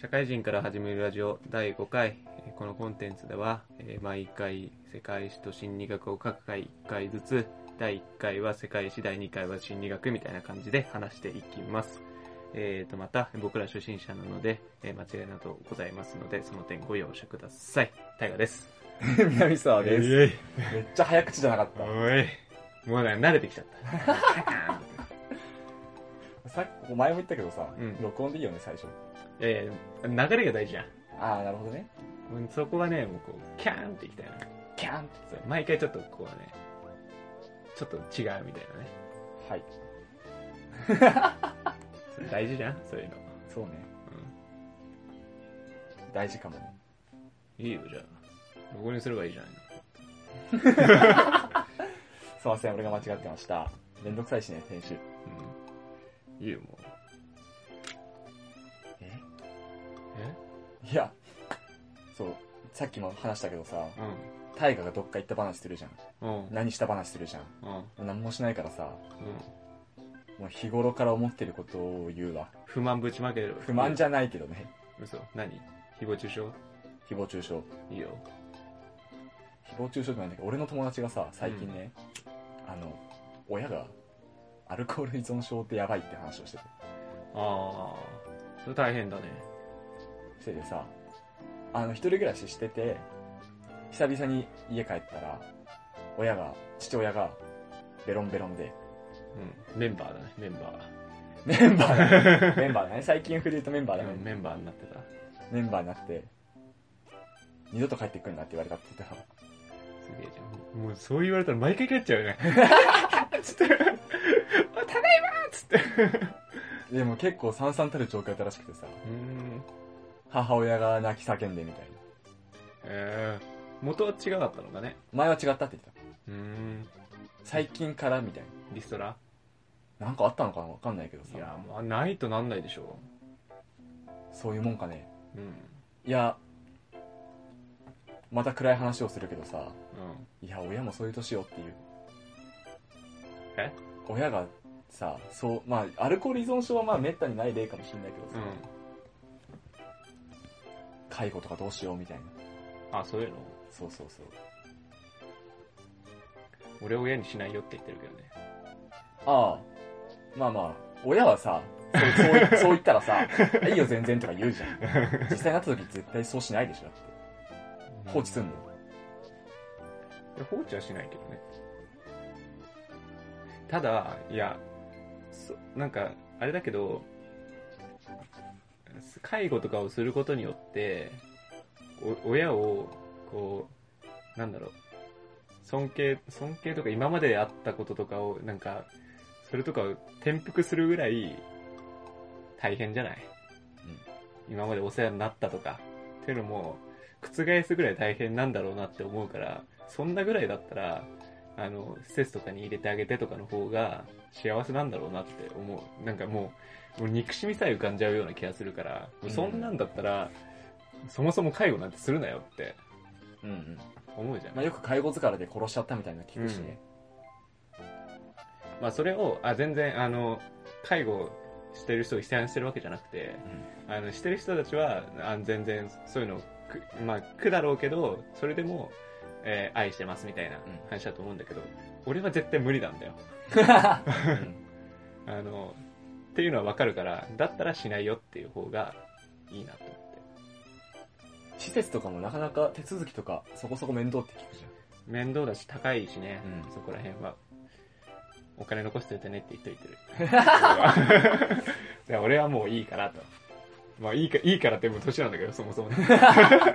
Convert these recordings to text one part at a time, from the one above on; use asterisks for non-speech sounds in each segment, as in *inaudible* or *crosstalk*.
社会人から始めるラジオ第5回えーこのコンテンツではえー毎回世界史と心理学を各回1回ずつ第1回は世界史第2回は心理学みたいな感じで話していきますえーとまた僕ら初心者なのでえー間違いなどございますのでその点ご容赦ください大河です南沢です、えいめっちゃ早口じゃなかっおいもうなんか慣れてきちゃったたさっきお前も言ったけどさ、うん録音でいいよね最初いやいや流れが大事じゃんああなるほどねもうそこはねもうこうキャーンっていきたいなキャンそう毎回ちょっとこうねちょっと違うみたいなねはいそれ *laughs* 大事じゃんそういうのそうね大事かもねいいよじゃあここにすればいいじゃないのすいません俺が間違ってましためんどくさいしね編集うんいいよもうええいやそうさっきも話したけどさう大河がどっか行った話するじゃんんうん何した話するじゃんうもんうんう何もしないからさもう日頃から思ってることを言うわ不満ぶちまける不満じゃないけどね嘘何誹謗中傷誹謗中傷いいよ誹謗中傷じゃないんだけど俺の友達がさ最近ね、あの親がアルコール依存症ってやばいって話をしててああそれ大変だねしててさあの一人暮らししてて久々に家帰ったら親が父親がベロンベロンでうんメンバーだねメンバメンバ *laughs* ーだねメンバーだね最近フリートメンバーだー、ねうん、メンバーになってたメンバーになって二度と帰ってくるなって言われたって言ったらすげえじゃん。もうそう言われたら毎回帰っちゃう *laughs* よね。つって、ただいまーつって。でも結構さんさんたる状況だったらしくてさうん。母親が泣き叫んでみたいなえー、元は違かったのかね。前は違ったって言ってたうん。最近からみたいなリストラなんかあったのかなわかんないけどいやさ。、もうないとなんないでしょそういうもんかね。う。うん。いや、また暗い話をするけどさ、うん。いや、親もそういう年よっていう。え親がさ、そう、まあ、アルコール依存症はまあ、めったにない例かもしれないけどうさ、ん。介護とかどうしようみたいな。あ、そういうのそうそうそう。俺を親にしないよって言ってるけどね。ああ、まあまあ、親はさ、そうそう *laughs* いそう言ったらさ、いいよ全然とか言うじゃん。実際になった時絶対そうしないでしょ、だって。放置すんの。いや放置はしないけどね。ただ、いや、そなんか、あれだけど、介護とかをすることによって、お親を、こう、なんだろう、尊敬、尊敬とか今まであったこととかを、なんか、それとかを転覆するぐらい、大変じゃない、今までお世話になったとか、っていうのも、覆すぐらい大変なんだろうなって思うから、そんなぐらいだったら、あの、施設とかに入れてあげてとかの方が幸せなんだろうなって思う。なんかもう、もう憎しみさえ浮かんじゃうような気がするから、うんそんなんだったら、そもそも介護なんてするなよってうんうん。思うじゃん。まあ、よく介護疲れで殺しちゃったみたいなの聞くしね。まあそれを、あ、全然、あの、介護してる人を批判してるわけじゃなくて、あの、してる人たちは、あ全然、そういうの、く、まあ、苦だろうけど、それでも、えー愛してますみたいな話だと思うんだけど、俺は絶対無理なんだよ。あの、っていうのはわかるから、だったらしないよっていう方がいいなと思って。 *laughs* 施設とかもなかなか手続きとかそこそこ面倒って聞くじ面倒だし高いしね、うんそこら辺は。お金残しておいてねって言っといて *laughs* る。で俺はもういいからと。まあいいか、いいからってもう年なんだけど、そもそも *laughs* ね。だから、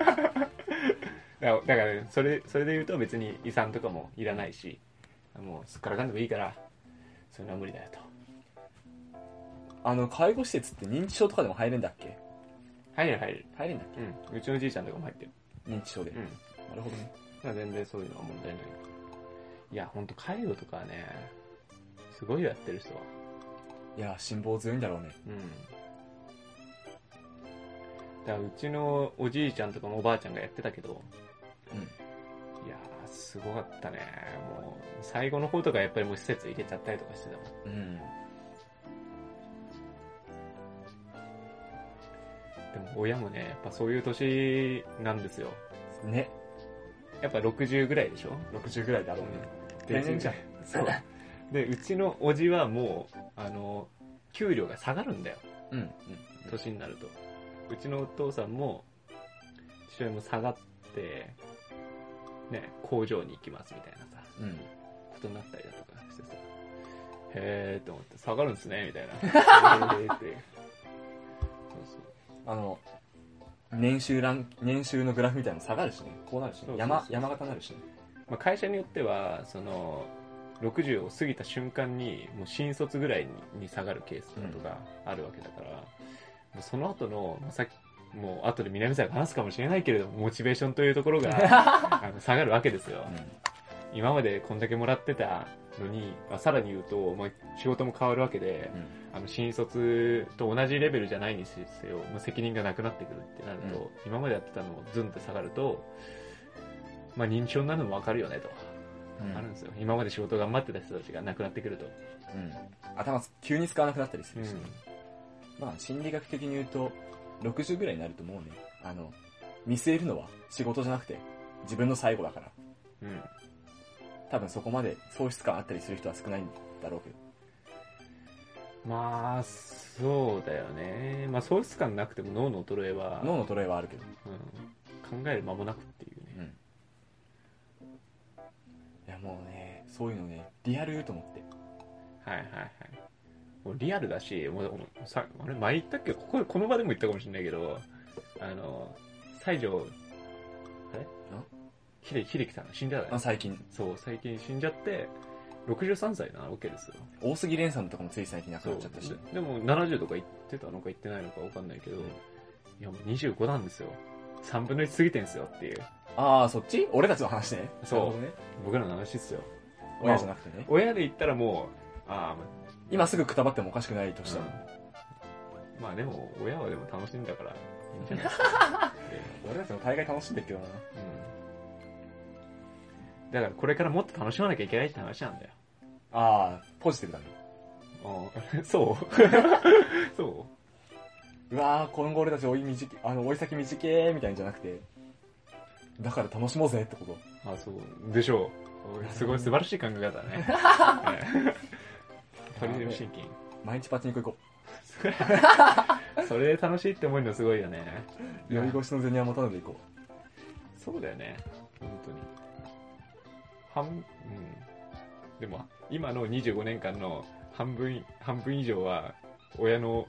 だからねそれ、それで言うと別に遺産とかもいらないし、もうすっからかんでもいいから、それは無理だよと。ゃん。あの、介護施設って認知症とかでも入れんだっけ入れる入れる。入れんだっうん。うちのじいちゃんとかも入ってる。け認知症で。うん。なるほどね。まあ全然そういうのは問題ない。いや、ほんと介護とかはね、すごいよやってる人は。いや、辛抱強いんだろうね。うん。だからうちのおじいちゃんとかもおばあちゃんがやってたけど、うん。いやー、すごかったね。もう、最後の方とかやっぱりもう施設入れちゃったりとかしてたもん。うん。でも親もね、やっぱそういう年なんですよ。ね。やっぱ60ぐらいでしょ60ぐらいだろうね。定年じゃん。そう。で、うちのおじはもう、あの、給料が下がるんだよ。うん。うん。年になると。うちのお父さんも、父親も下がって、ね、工場に行きますみたいなさ、うん。ことになったりだとかしてさ、へーって思って、下がるんですね、みたいな。へーって。そうあの、年収ラン、年収のグラフみたいなの下がるしね。こうなるしそうそね。う山そ、う山形になるしね。そうまあ、会社によっては、その、60を過ぎた瞬間に、もう新卒ぐらいにに下がるケースだとかあるわけだから、もうその後の、まあ、さっき、もう後で南さんが話すかもしれないけれども、モチベーションというところ *laughs* があの下がるわけですよ。今までこんだけもらってたのに、まあ、さらに言うと、まあ、仕事も変わるわけで、あの新卒と同じレベルじゃないにせよ、もう責任がなくなってくるってなると、うん今までやってたのもズンって下がると、まあ認知症になるのもわかるよねと、うん。あるんですよ。今まで仕事頑張ってた人たちがなくなってくると。うん。頭す、急に使わなくなったりすうるしね。んまあ、心理学的に言うと、60ぐらいになるともうね、あの、見据えるのは仕事じゃなくて、自分の最後だから。うん多分そこまで喪失感あったりする人は少ないんだろうけど。まあ、そうだよね。まあ喪失感なくても脳の衰えは、脳のトレイはあるけど。うん、考える間もなくっていうね。うん。いや、もうね、そういうのね、リアルと思って。はいはいはい。もうリアルだし、もうもうさあれ前言ったっけこここの場でも言ったかもしれないけど、あの、西条、あれあ秀秀樹さんが死んだよねまあ、。最近、そう、最近死んじゃって、63歳なわけですよ。大杉蓮さんとかもつい最近亡くそなっうちゃったし。ででも70とか言ってたのか言ってないのかわかんないけど、うんいやもう25なんですよ。3分の1過ぎてんすよっていう。ああ、そっち俺たちの話ね。そうなるほどね。僕らの話っすよ。親じゃなくてね。親で言ったらもう、ああ、まあ今すぐくたばってもおかしくない年だもん。うんまあでも、親はでも楽しいんだから、いいんじゃないです *laughs* か。俺たちも大概楽しんでるけどな。うんだからこれからもっと楽しまなきゃいけないって話なんだよ。ああ、ポジティブだね。あ *laughs* そうそうわー、今後俺たち追い短い、あの、追い先短えみたいなんじゃなくて、だから楽しもうぜってこと。うあ、そう。でしょう。すごい素晴らしい考え方だ *laughs* ね。ねポリティブシンキン毎日パチンコ行こグ。それで楽しいって思うのすごいよね。う。酔い越しの銭は持たないで行こそうだよね。本当に。半、うん。でも、今の25年間の半分、半分以上は、親の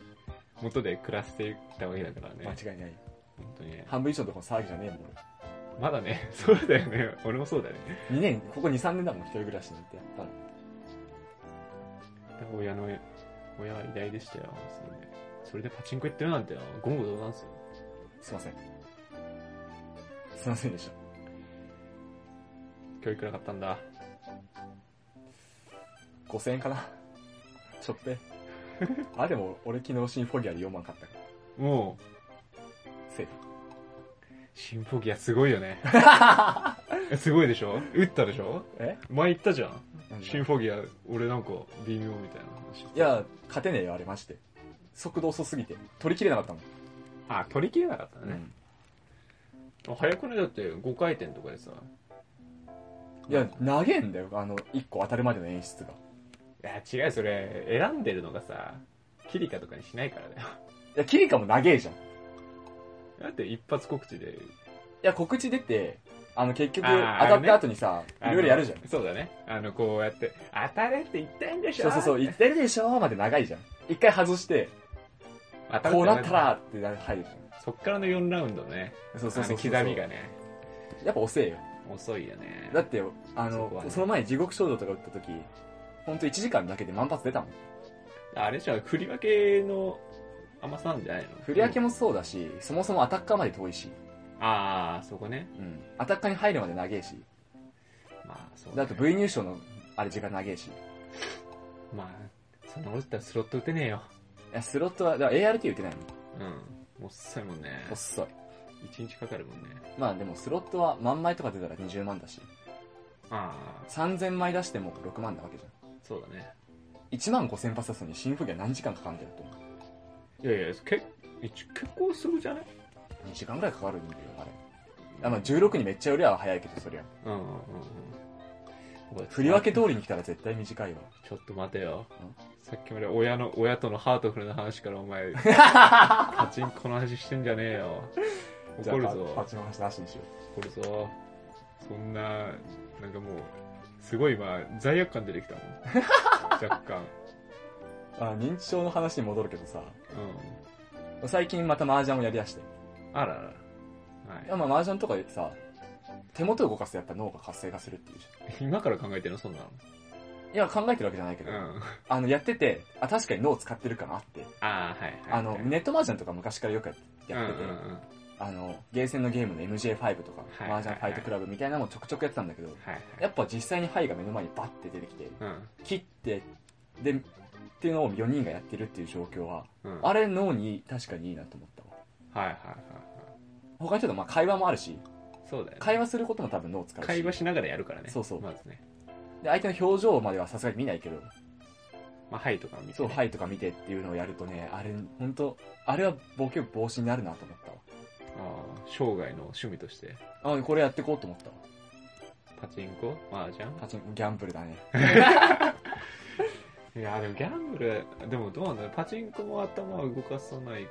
元で暮らしていたわけだからう。ね。間本違いない。当にね。半分以上のとこの騒ぎじゃねえもん、まだね、 *laughs* そうだよね。俺もそうだね。俺。2年、ここ2、3年だもん、一人暮らしに行ってやったの。親の、親は偉大でしたよ。それでそれでパチンコ行ってるなんて、言語道断ですよ。すいません。すいませんでした。教育なかったんだ。 5000円かな。ちょっ *laughs* ぺ。あ、でも俺昨日シンフォギアで4万買ったから。もセーフ。う、シンフォギアすごいよね。すごいでしょ打ったでしょえ前言ったじゃん。なんだシンフォギア、俺なんか微妙みたいな話。い、や、勝てねえよ、あれまして。速度遅すぎて。取りきれなかったもん。あ、取り切れなかったね。早くね、だって5回転とかでさ。いや、長えんだよ、あの、1個当たるまでの演出が。いや、違う、それ、選んでるのがさ、キリカとかにしないからだよ。いや、キリカも長えじゃん。いだって一発告知でや、告知出て、あの、結局、当あーたった後にさ、あいのろいろやるじゃん。そうだね。あの、こうやって、当たれって言ったんでしそょうそうそう、言ってるでしょまで長いじゃん。一回外して、当たるこうなったらって入るじゃそっからの4ラウンドね。ん。そうそうそうあそう。の刻みが。ね、やっぱ遅えよ。遅いよね。だって、あそのこは、ねその前地獄衝動とか打った時、ほんと1時間だけで万発出たもん。あれじゃん振り分けの甘さなんじゃないの振り分けも。もそうだし、そもそもアタッカーまで遠いし、ああ、そこね。うん。アタッカーに入るまで長えし、まあ、そうだだ、って V 入賞の、あれ時間長えし。いまあ、そんなこと言ったらスロット打てねえよ。や、スロットは、だから ART 打てないの。うん。遅いもんね。遅い。 1日かかるもんね。まあでもスロットは万枚とか出たら20万だし、ああ、 3000枚出しても6万なわけじゃん。そうだね。 1万5000発出すのに新風機は何時間かかるんだよと思う。いやいや、結えち結構すぐじゃない2時間ぐらいかかるんだよ、あれ。あまあ、16にめっちゃよりは早いけど、そりゃ。うんうんうんうん振り分け通りに来たら絶対短いわ。ちょっと待てよ。さっきまで親の、親とのハートフルな話からお *laughs* 前、パチンコの話してんじゃねえよ。怒るじゃあパぞ。チの話なしにしよ怒るぞ。そんな、なんかもう、すごい今、罪悪感出てきたもん。 *laughs* 若干。う。あ認知症の話に戻るけどさ、う最近また麻雀をやりだして。ん。あらら。はいいやまあ麻雀とかさ、手元を動かすとやっぱ脳が活性化するっていうじ今から考えてるのそんなゃん。いや、考えてるわけじゃないけど、の。うん。あの、やってて、あ、確かに脳使ってる感あって、ああ、はいはい、はい。あの、うんネット麻雀とか昔からよくやってて、うんうん。あの、ゲーセンのゲームの MJ5 とか、はい麻雀ファイトクラブみたいなのもちょくちょくやってたんだけど、はいはい。やっぱ実際に牌が目の前にバッて出てきて、うん。切って、で、っていうのを4人がやってるっていう状況は、うん。あれ脳に確かにいいなと思ったわ。はいはいはいは他にちょっとまあ会話もあるし、い。そうだよね。会話することも多分脳使うし、会話しながらやるからね。そうそうまずね。で相手の表情まではさすがに見ないけど、まあ、はいとか見て、ね。そう、はいとか見てっていうのをやるとね、あれ、本当あれはボケ防止になるなと思ったわ。ああ生涯の趣味としてあ、これやってこうと思ったわ。パチンコ麻雀パチンギャンブルだね。いやでもギャンブルでもどうなんだろうパチンコも頭は動かさない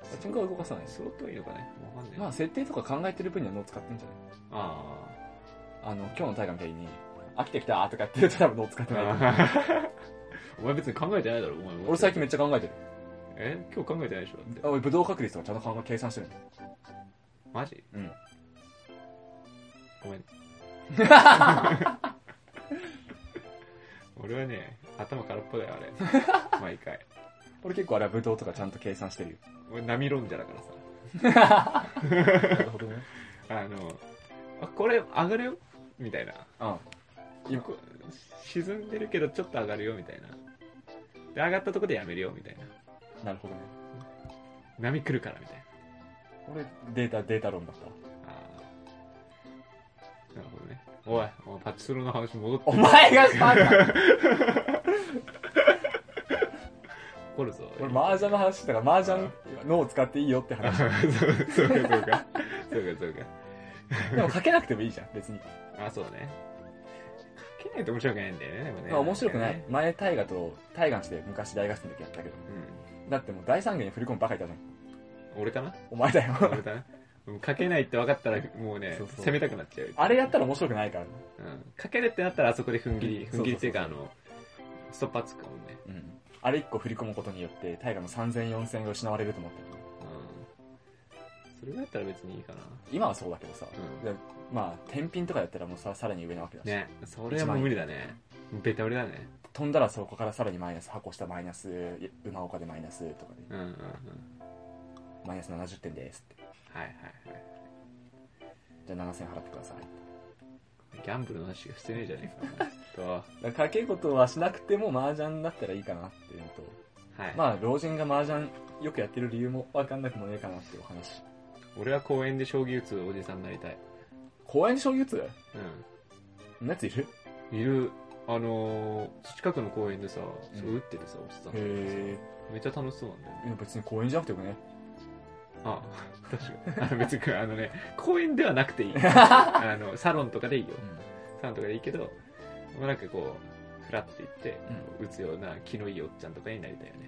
パチンコは動かさないです。相当いいのかねわかんないまあ、設定とか考えてる分には脳使ってんじゃあないあの、今日の大河みたいに、飽きてきたとかやってると多分脳使ってないと思う。あ *laughs* お前別に考えてないだろお前俺最近めっちゃ考えてる。え今日考えてないでしょだってあ俺、武道確率とかちゃんと考え計算してるのマジうんごめ *laughs* ん俺はね頭空っぽだよ *laughs* あれ毎回俺結構あれは武道とかちゃんと計算してるよ。俺波論者だからさなるほどね。あのあこれ上がるよみたいな *laughs* うん。よく沈んでるけどちょっと上がるよみたいなで上がったとこでやめるよみたいななるほどね。波来るからみたい俺、データ、データ論だったわ。なあーなるほどねおいお前パチスロの話戻ってお前がしたんだ怒るぞ *laughs* 俺、麻雀の話してたから、麻雀、脳を使っていいよって *laughs* *laughs* 話。そうそうかそうかそうかそうかでも書けなくてもいいじゃん、別に。あそうね書けないと面白くないんだよねでもねまあ面白くないね。前、大河と、大河して昔大学生の時やったけど。だってもう大産業に振り込むバカいたじゃん。うん俺かなお前だよ。俺かなうん書けないって分かったらもうねそうそう攻めたくなっちゃう *laughs* あれやったら面白くないからね。うん書けるってなったらあそこで踏ん切りう踏んん切りっていうかあそうのストッパーつくもんねうん。あれ1個振り込むことによって、大河の3000、4000円が失われると思ったけどうんそれだったら別にいいかな。今はそうだけどさ。うんでまあ、天品とかやったらもうさ、さらに上なわけだし。ね、それはもう無理だね。ベタ売れだね。飛んだらそこからさらにマイナス、箱下マイナス、い馬岡でマイナスとかで、うんうんうん。はいマイナス70点ですって。はいじゃあ7000払ってください。はい。ギャンブルの話がしてねえじゃねえか。 *laughs* と、はだから賭け事はしなくても麻雀だったらいいかなっていうのと、い。まあ、老人が麻雀よくやってる理由もわかんなくもねえかなっていうお話。俺は公園で将棋打つおじさんになりたい。公園に将棋打つそんなやついるうん。いる、あのー、近くの公園でさ、んそう打っててさ、おじさんとかさ。へめっちゃ楽しそうなんだよね。え。別に公園じゃなくてもね。ああ、確かに。あの *laughs* 別に、あのね、公園ではなく *laughs* ていい。あの、サロンとかでいいよ。サロンとかでいいけど、まあ、なんかこう、ふらって行って、打つような気のいいおっちゃんとかになりたいよね。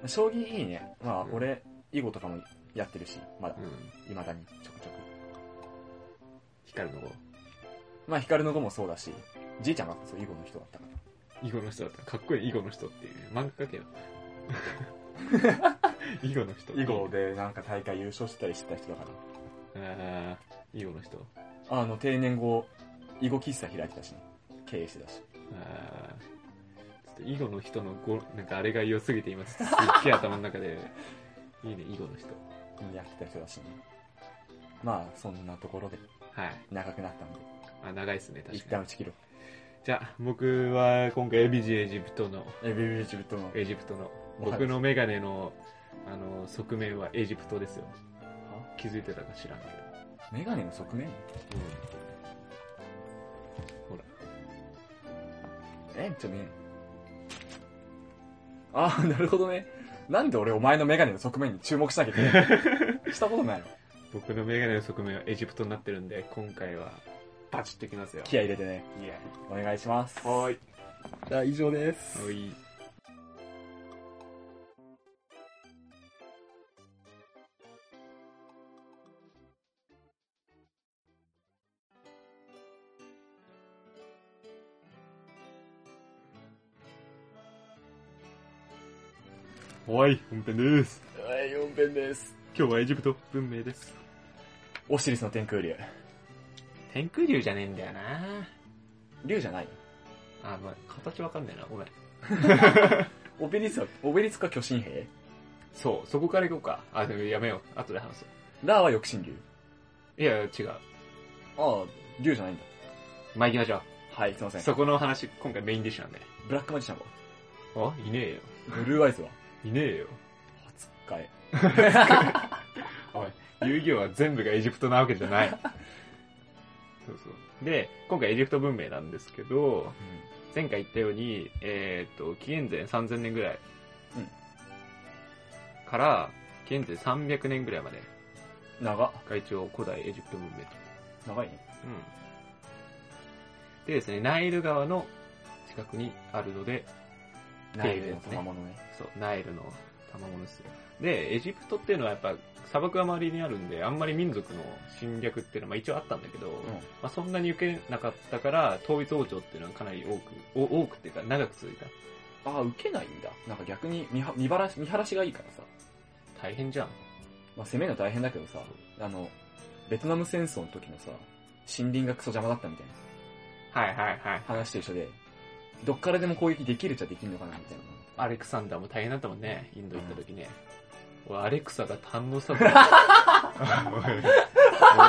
うん。将棋いいね。まあ、うん俺、囲碁とかもやってるし、まだう、ん。未だにちょくちょく。光の子。まあ、光の碁もそうだし、じいちゃんがそう囲碁の人だったから。囲碁の人だった。かっこいい囲碁の人っていうね。漫画描け *laughs* よ。囲碁の人。囲碁。でなんか大会優勝してたりしてた人だから。ああ、囲碁の人。あの、定年後、囲碁喫茶開いてたし、ね、経営してたし。ああ、ちょっと囲碁の人の語、なんかあれが良すぎて今、すっげえ頭の中で。いいね、囲碁の人。やってた人だしね。まあ、そんなところで、はい。長くなったんで、あ、長いっすね、確一かに。旦打ち切ろう。じゃあ、僕は今回 ABG エジプトの、え、ビビビチブットの。エジプトの、はい僕のメガネの、あの、側面はエジプトですよ。は気づいてたか知らんけど。メガネの側面ほら。 *laughs* え、ちょっとね。ああ、なるほどね。なんで俺お前のメガネの側面に注目しなきゃいけないのしたことないの僕のメガネの側面はエジプトになってるんで、今回は、バチッといきますよ。気合い入れてね。イエお願いします。ーイはーい。じゃあ以上ですは。い。はい、本編です。はい、4編です。今日はエジプト文明です。オシリスの天空竜。天空竜じゃねえんだよな竜じゃないよあ、まあ、形わかんないな、ごめん。オベリスは、オベリスか巨神兵そう、そこから行こうか。あ、でもやめよう。後で話そラーは翼神竜。う。いや、違う。ああ、竜じゃないんだ。まあ、行きましょはい、すいませう。ん。そこの話、今回メインディッシュなんで。ブラックマジシャンあ、はいねえよ。ブルーアイズはいねえよ。初回。おい、遊戯王は全部がエジプトなわけじゃ *laughs* ない。そうそう。で、今回エジプト文明なんですけど、前回言ったように、えっ、と、紀元前3000年ぐらい。うんから、紀元前300年ぐらいまでうん。長。が一応古代エジプト文明と。長いね。うん。でですね、ナイル川の近くにあるので、ナイルの賜物ね。そう、ナイルの賜物ですよ。で、エジプトっていうのはやっぱ砂漠が周りにあるんで、あんまり民族の侵略っていうのはまあ一応あったんだけど、うんま。あそんなに受けなかったから、統一王朝っていうのはかなり多く、お多くっていうか長く続いた。ああ、受けないんだ。なんか逆に見は見晴らし、見晴らしがいいからさ。大変じゃん。まあ攻めるの大変だけどさ、あの、ベトナム戦争の時のさ、森林がクソ邪魔だったみたいなはいはいはい。話と一緒で、どっからでも攻撃できるっちゃできるのかなみたいな。アレクサンダーも大変だったもんね、インド行った時ね。俺、アレクサが堪能したぞ。 *laughs*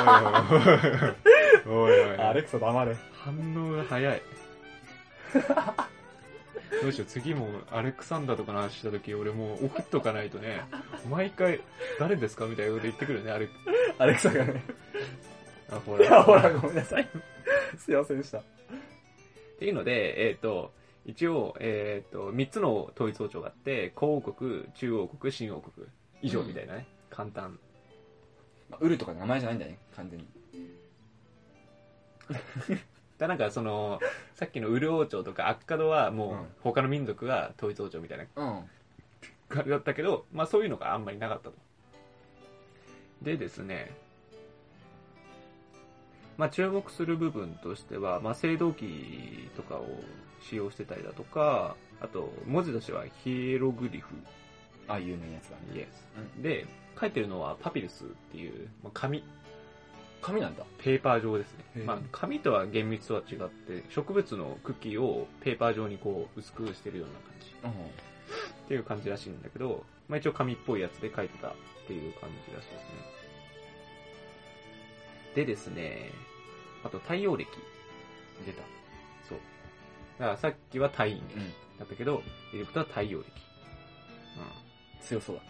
おいおいおいおいおいおいおいクサ黙れ。反応が早い。 *laughs* どうしよう、次もアレクサンダーとかの話した時、俺もう送っとかないとね、毎回、誰ですかみたいなこと言ってくるね、アレク、アレクサが *laughs* ね。あ、ほいや、ら。ほら、ごめんなさい。すいませんでした。っていうので、えっ、と、一応、えっ、と、三つの統一王朝があって、古王国、中王国、新王国、以上みたいなね、簡単。まあ、ウルとか名前じゃないんだね、完全に。だなんかその、さっきのウル王朝とかアッカドはもううん他の民族が統一王朝みたいなうん。あれだったけど、まあそういうのがあんまりなかったと。でですね、まあ注目する部分としては、まあ青銅器とかを使用してたりだとか、あと文字としてはヒエログリフ、ああ、有名なやつだね。イエス。で、書いてるのはパピルスっていう、まあ紙、紙なんだ。ペーパー状ですへね。えまあ紙とは厳密とは違って、植物の茎をペーパー状にこう薄くしてるような感じ。うん。っていう感じらしいんだけど、まあ、一応紙っぽいやつで書いてたっていう感じらしいですね。でですね、あと太陽暦。出た。そう。だからさっきは太陰暦うん。だったけど、エジプトは太陽暦。強そうだ。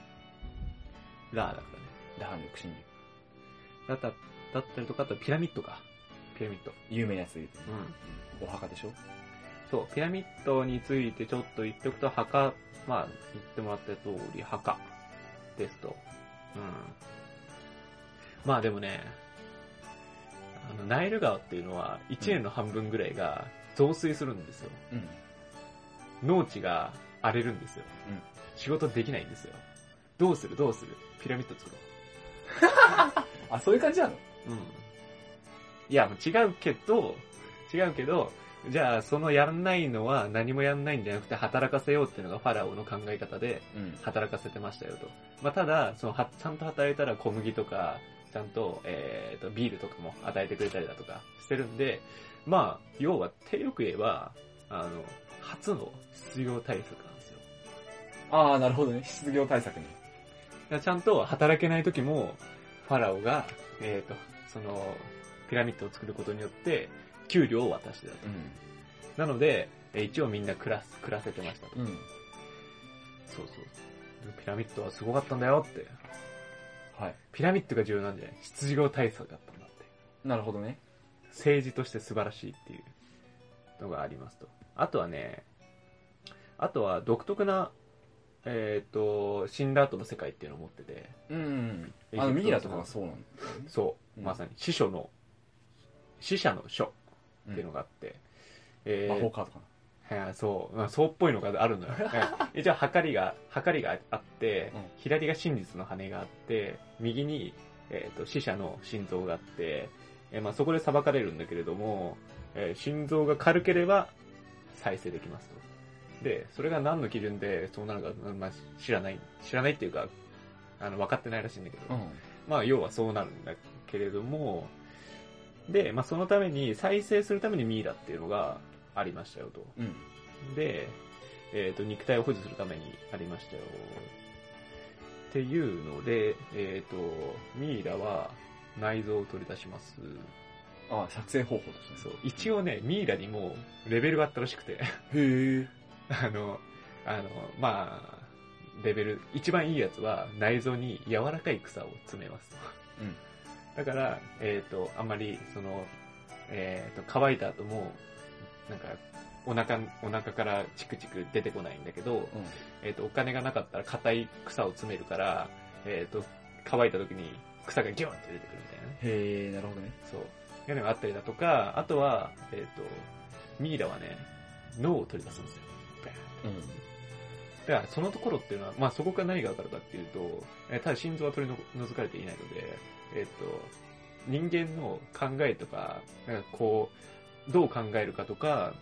うん。ラーだからね。ラハンのクシンだった、だったりとか、あとピラミッドか。ピラミッド。有名なやつで言ううん。とお墓でしょそう、ピラミッドについてちょっと言っておくと、墓、まあ、言ってもらった通り、墓ですと。うん。まあでもね、あの、ナイル川っていうのは、1年の半分ぐらいが増水するんですよ。うん。農地が荒れるんですよ。うん仕事できないんですよ。どうするどうするピラミッド作ろあ、そういう感じなのう。うん。いや、違うけど、違うけど、じゃあ、そのやんないのは何もやんないんじゃなくて働かせようっていうのがファラオの考え方で、うん。働かせてましたよと。まあ、ただ、そのは、ちゃんと働いたら小麦とか、ちゃんと、えーと、ビールとかも与えてくれたりだとかしてるんで、まあ、要は、手よく言えば、あの、初の失業対策なんですよ。ああ、なるほどね。失業対策ね。だからちゃんと働けない時も、ファラオが、えーと、その、ピラミッドを作ることによって、給料を渡してたと。うなので、えー一応みんな暮らす、暮らせてましたと。ん。うん。そうそう。ピラミッドはすごかったんだよって。はい。ピラミッドが重要なんじゃない失業対策だったんだって。なるほどね。政治として素晴らしいっていうのがありますと。あとはね、あとは独特なえっ、と、死んだ後の世界っていうのを持ってて、うん。エジプトあの、ミイラとかはそうなんだよね。そう、うんまさに死書の、死者の書うんっていうのがあって、え魔ー法カードかはいそう、まあ、そうっぽいのがある *laughs* のよ。はい一応、はかりが、はかりがあって、うん左が真実の羽があって、右に、えー、と死者の心臓があって、えーまあ、そこで裁かれるんだけれども、えー心臓が軽ければ再生できますと。で、それが何の基準でそうなるか、まあ、知らない、知らないっていうか、あの、分かってないらしいんだけど、な。うん。まあ、要はそうなるんだけれども、で、まあ、そのために、再生するためにミイラっていうのがありましたよと。うん。で、えっ、と、肉体を保持するためにありましたよ。っていうので、えっ、と、ミイラは内臓を取り出します。ああ、作成方法としてね。そう。一応ね、ミイラにもレベルがあったらしくて、へえ。 *laughs* あの、あの、まあ、レベル、一番いいやつは内臓に柔らかい草を詰めますと。うんだから、えっ、と、あんまり、その、えっ、と、乾いた後も、なんか、お腹、お腹からチクチク出てこないんだけど、うん。えっ、と、お金がなかったら硬い草を詰めるから、えっ、と、乾いた時に草がギュンって出てくるみたいなね。へえ、なるほどね。そう。いうのがあったりだとか、あとは、えっ、と、ミイラはね、脳を取り出すんですよ。バーンうん。だからそのところっていうのは、まあそこから何がわかるかっていうと、えーただ心臓は取り除かれていないので、えーっと、人間の考えとか、なんかこう、どう考えるかとか、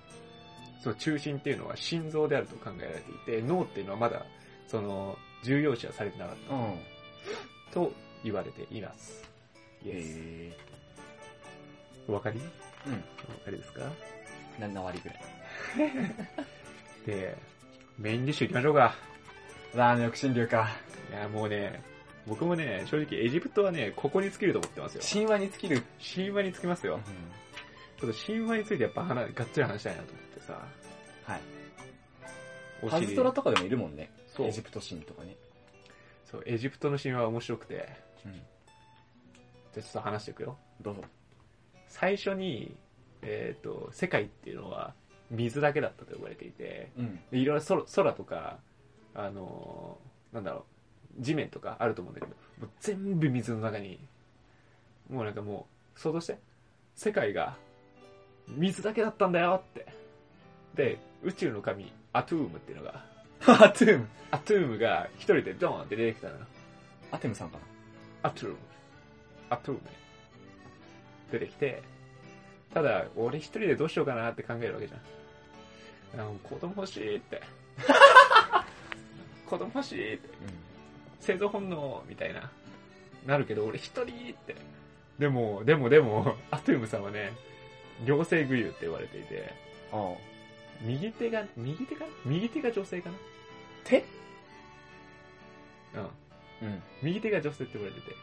その中心っていうのは心臓であると考えられていて、脳っていうのはまだ、その、重要視はされてなかっうん。たと言われています。イエス。へお分かりえ。うん。お分かりですか何割ぐらい。で、メインディッシュ行きましょうか。ラーメン抑神流か。いや、もうね、僕もね、正直エジプトはね、ここに尽きると思ってますよ。神話に尽きる。神話につきますうよん。。ちょっと神話についてやっぱ話、がっつり話したいなと思ってさ。はい。おパ尻ズドラとかでもいるもんね。そうエジプト神とかね。そう、エジプトの神話は面白くて。じゃうん。あちょっと話していくよ。どうぞ。最初に、えっ、と、世界っていうのは水だけだったと呼ばれていて、うん。でいろいろ空空とか、あのーなんだろう、地面とかあると思うんだけど、もう全部水の中に、もうなんかもう、想像して、世界が水だけだったんだよって。で、宇宙の神、アトゥームっていうのが、 *laughs* アトゥーム。アトゥームが一人でドーンって出てきたのよ。アテムさんかな。アトゥーム。アトゥームね。出てきて、ただ、俺一人でどうしようかなって考えるわけじゃん。あの子供欲しいって。子供欲しいって。生存本能みたいな。なるけど、俺一人って。でも、でもでも、アトゥームさんはね、両性具有って言われていて、うん。ああ。右手が、右手かな右手が女性か手なうん。うん。うん。右手が女性って言われてて。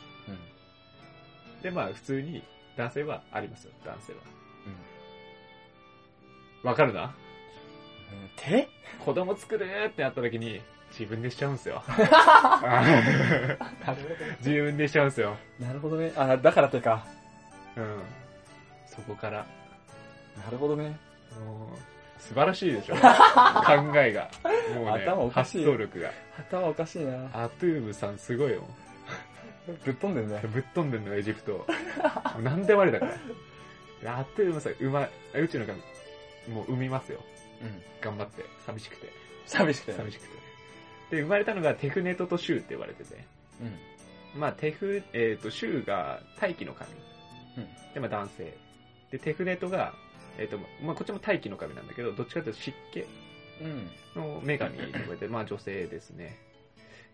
で、まあ、普通に、男性はありますよ、男性は。わかるな手子供作るってなった時に、自分でしちゃうんす *laughs* よ。なるほどね。自分でしちゃうんすよ。なるほどね。あ、だから手か。うん。そこから。なるほどね。もう素晴らしいで *laughs* しょ考えが。もうね頭お、か発しい想力が。頭おかしいな。アトゥームさんすごいよ。ぶっ飛んでるね。ぶっ飛んでんのよエジプト。もう何でもありだから。アトゥームさん、うま、宇宙の神、もう産みますよ。うん。頑張って。寂しくて。寂しくて。寂しくて。で、生まれたのがテフネトとシューって呼ばれてて。うん。まあ、テフ、えっ、と、シューが大気の神。うんで、まあ男性。で、テフネトが、えっ、と、まあこっちも大気の神なんだけど、どっちかというと湿気うん。の女神とか *laughs* で、まあ女性ですね。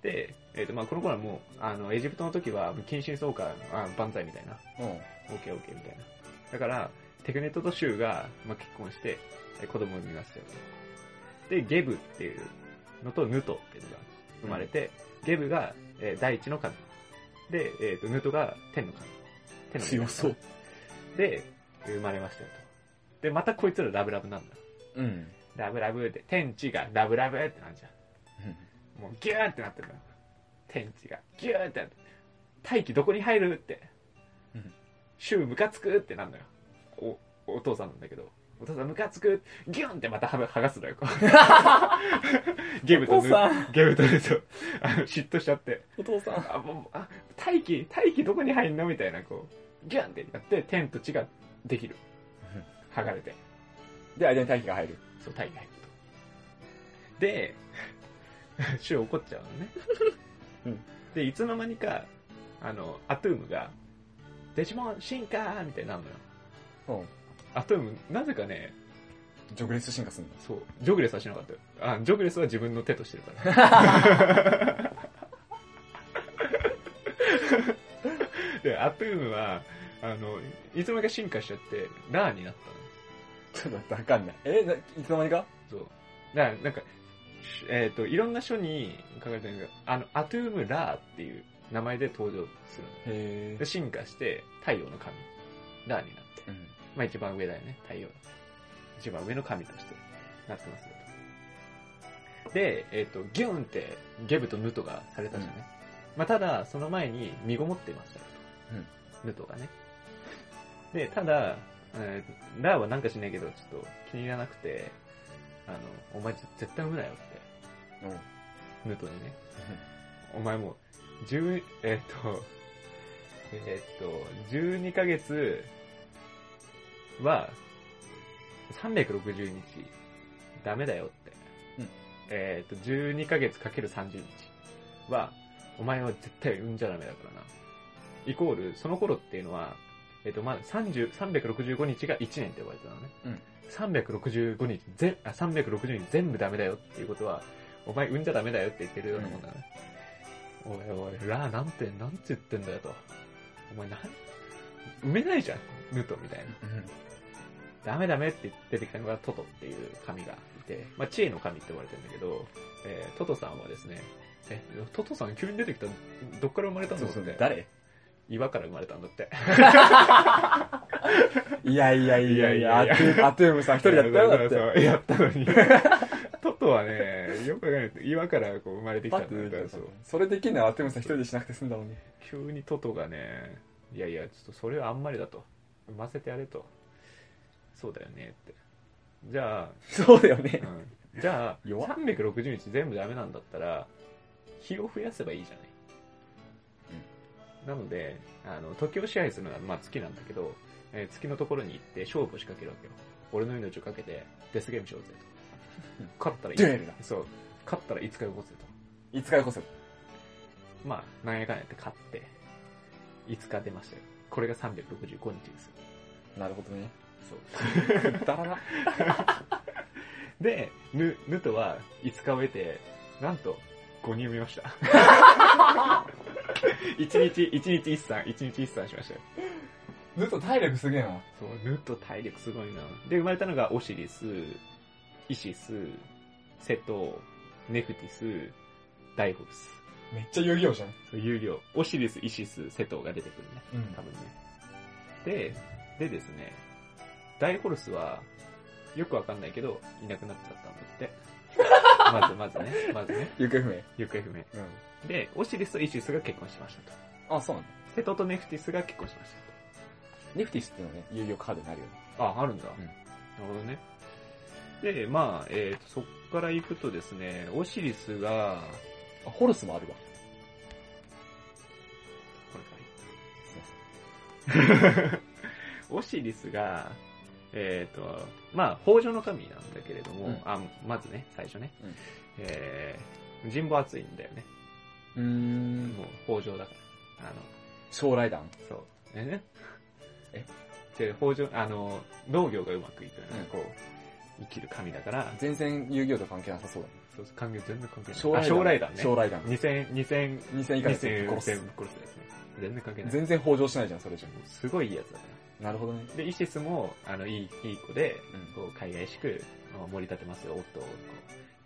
で、えっ、と、まあこの頃はもう、あの、エジプトの時は、近親相関、あ万歳みたいな。うん。オーケーオーケーみたいな。だから、テクネットとシュウが、まあ、結婚して、え子供を産みましたよ。で、ゲブっていうのとヌトっていうのが生まれて、ゲブが、えー第一の神。で、えっ、と、ヌトが天の神。天の神強そう。で、生まれましたよと。で、またこいつらラブラブなんだ。うん。ラブラブって、天地がラブラブってなんじゃん。もうギューってなってるのよ天地がギューってなって大気どこに入るってうん週ムカつくってなんのよおお父さんなんだけどお父さんムカつくギュンってまたは剥がすのよこう *laughs* ゲブとおヌ父さんゲブとヌとあの嫉妬しちゃってお父さん。あもうあ大気大気どこに入んのみたいなこうギュンってやって天と地ができる剥がれてで、間に大気が入る。そう大気入るとで *laughs* シュウ怒っちゃうのね、うんでいつの間にかあのアトゥームが「デジモン進化!」みたいになるのようん。アトゥームなぜかねジョグレス進化するんだ。そう。ジョグレスはしなかったよ。あ、ジョグレスは自分の手としてるから。 *laughs* で、アトゥームは、あの、いつの間にか進化しちゃって、ラーになっ *laughs* ちょっと待ってわかんない。え、ないつの間にかたの。そう。だから、なんか、しえっ、と、いろんな書に書かれてるんだけど、あの、アトゥームラーっていう名前で登場するのへで、進化して、太陽の神、ラーになって。うん。まあ一番上だよね、太陽の一番上の神としてなってますよと。で、えっ、と、ギュンってゲブとヌトがされたじゃない、うんまあただ、その前に身ごもっていましたよと。うんヌトがね。で、ただ、えーラーはなんかしないけど、ちょっと気に入らなくて、あの、お前絶対産むなよって、うん。ヌトにね。お前もう、十、えーっと、えーっと、12ヶ月は、360日、ダメだよって。うんえーっと、12ヶ月かける30日は、お前は絶対産んじゃダメだからな。イコール、その頃っていうのは、えーっと、まだ30、365日が1年って呼ばれてたのね。うん365日全、あ、360日全部ダメだよっていうことは、お前産んじゃダメだよって言ってるようなもんだね。おいおい、ラーなんて、なんて言ってんだよと。お前なん、産めないじゃん、ヌトみたいな。ダメダメって出てきたのがトトっていう神がいて、まあ、知恵の神って呼ばれてるんだけど、えートトさんはですね、え、トトさん急に出てきた、どっから生まれたんそだうろうそっうて。。誰岩から生まれたんだって。いやいやいやいや、いアやトいゥーアトゥームさん一人だったよ、だっそうそて。うそうやったのに。 *laughs* トトはね、よくわかんない。岩からこう生まれてきパたッんだかて出ら、てきたそのう。それできんならアトゥームさん一人でしなくて済んだのに。急にトトがね、いやいや、ちょっとそれはあんまりだと。産ませてやれと。そうだよねって。じゃあ、 *laughs* そうだよね。じゃあ、弱っ360日全部ダメなんだったら、日を増やせばいいじゃない。なので、あの、時を支配するのは、まあ月なんだけど、えー月のところに行って勝負を仕掛けるわけよ。俺の命をかけて、デスゲームしようぜ *laughs* うんと。勝ったらいデュエルだ。そう。勝ったら5日よこせと。 *laughs* いつからこそ。まあ、なんやかんやって勝って、5日出ましたよ。これが365日ですよ。なるほどね。そう。だらな。で、ぬ、ぬとは5日を得て、なんと5人産みました。1日、1日1産、1日1産しましたよ。 *laughs* ずっと体力すげえな。そう、ぬと体力すごいな。で、生まれたのがオシリス、イシス、セト、ネフティス、ダイホルス。めっちゃ遊戯王じゃん。そう、有料。オシリス、イシス、セトが出てくるね。うん多分ね。で、でですね、ダイホルスは、よくわかんないけど、いなくなっちゃったんだって。まず、まずね、まずね。行方不明。行方不明。うん。で、オシリスとイシスが結婚しましたと。あ、そうなんだ。セトとネフティスが結婚しましたと。ネフティスっていうのね、遊戯王カードになるよね。あ、あるんだ。うんなるほどね。で、まあ、えーと、そっから行くとですね、オシリスが、あ、ホルスもあるわ。これかすいません。ら *laughs* オシリスが、えーと、まあ、北条の神なんだけれども、うんあ、まずね、最初ね、うんえー、人望厚いんだよね。うーん。もう、北条だから。あの、将来談。そう。え *laughs* ね。えで、北条、あの、農業がうまくいくような、うんこう、生きる神だから、全然遊戯王と関係なさそうだね。そうそう、関係全然関係ない。将来あ談。将来だね。将来談。 2000、2000、 2000以下で2000全円部殺す殺やすつね。。全然関係ない。全然報道しないじゃん、それじゃすごいいいやつだかん。なるほどね。ら。で、イシスも、あの、いい、いい子で、うん。こう、海外しく、まあ盛り立てますよ、夫を、こ